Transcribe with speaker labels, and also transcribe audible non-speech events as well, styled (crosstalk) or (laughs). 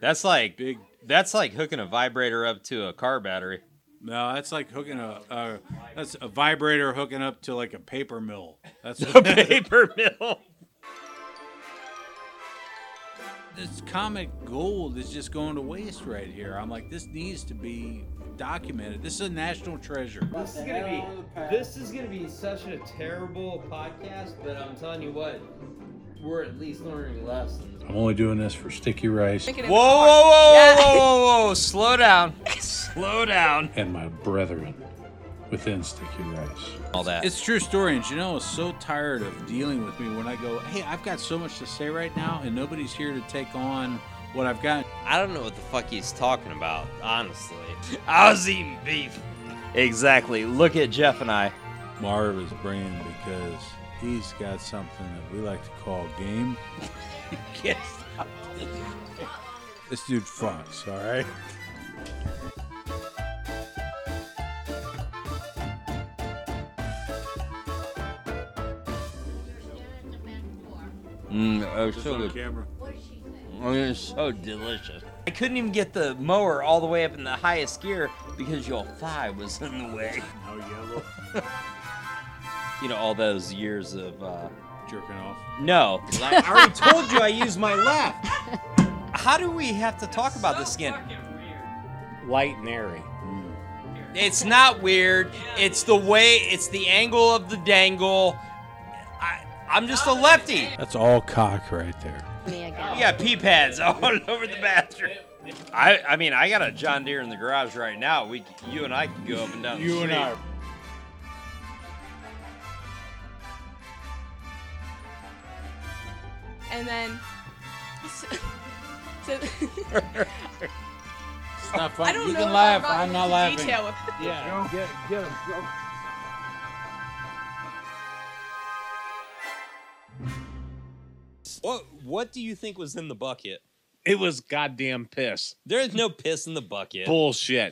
Speaker 1: That's like big. That's like hooking a vibrator up to a car (laughs) battery.
Speaker 2: No, that's like hooking a, a that's a vibrator hooking up to like a paper mill. That's
Speaker 1: (laughs) A paper mill.
Speaker 2: this comic gold is just going to waste right here. I'm like, this needs to be documented. This is a national treasure.
Speaker 3: This is gonna be this is gonna be such a terrible podcast, but I'm telling you what, we're at least learning lessons.
Speaker 4: I'm only doing this for sticky rice
Speaker 1: Whoa, whoa, whoa,
Speaker 5: Yeah.
Speaker 1: whoa, whoa, whoa! Slow down. Slow down.
Speaker 4: and my brethren within sticky rice.
Speaker 1: All that.
Speaker 2: It's a true story, and Janelle is so tired of dealing with me when I go, hey, I've got so much to say right now, and nobody's here to take on what I've got.
Speaker 1: I don't know what the fuck he's talking about, honestly. (laughs) I was eating beef. Exactly. Look at Jeff and I.
Speaker 2: Marv is bringing because he's got something that we like to call game. This dude fucks, all right?
Speaker 1: Mm, oh, so good.
Speaker 2: camera.
Speaker 1: Oh, it's so delicious. I couldn't even get the mower all the way up in the highest gear because your thigh was in the way.
Speaker 2: No yellow.
Speaker 1: You know, all those years of, uh,
Speaker 2: Jerking off.
Speaker 1: no. I already told you I used my left. How do we have to talk about this again?
Speaker 6: Light and airy.
Speaker 1: It's not weird. It's the way. It's the angle of the dangle. I, I'm just a lefty.
Speaker 2: That's all cock right there.
Speaker 5: Me again.
Speaker 1: We got pee pads (laughs) all over the bathroom. I, I mean, I got a John Deere in the garage right now. We, c- you and I can go up and down. the street.
Speaker 5: And then. (laughs) So, so-
Speaker 2: It's not funny.
Speaker 5: I don't
Speaker 2: you
Speaker 5: know.
Speaker 2: can
Speaker 5: if
Speaker 2: laugh.
Speaker 5: brought
Speaker 2: I'm
Speaker 5: you
Speaker 2: not
Speaker 5: into
Speaker 2: laughing.
Speaker 5: Detail with,
Speaker 6: Yeah. Get, get him. Go.
Speaker 1: What, what do you think was in the bucket?
Speaker 6: It was goddamn piss.
Speaker 1: There is no piss in the bucket.
Speaker 6: Bullshit.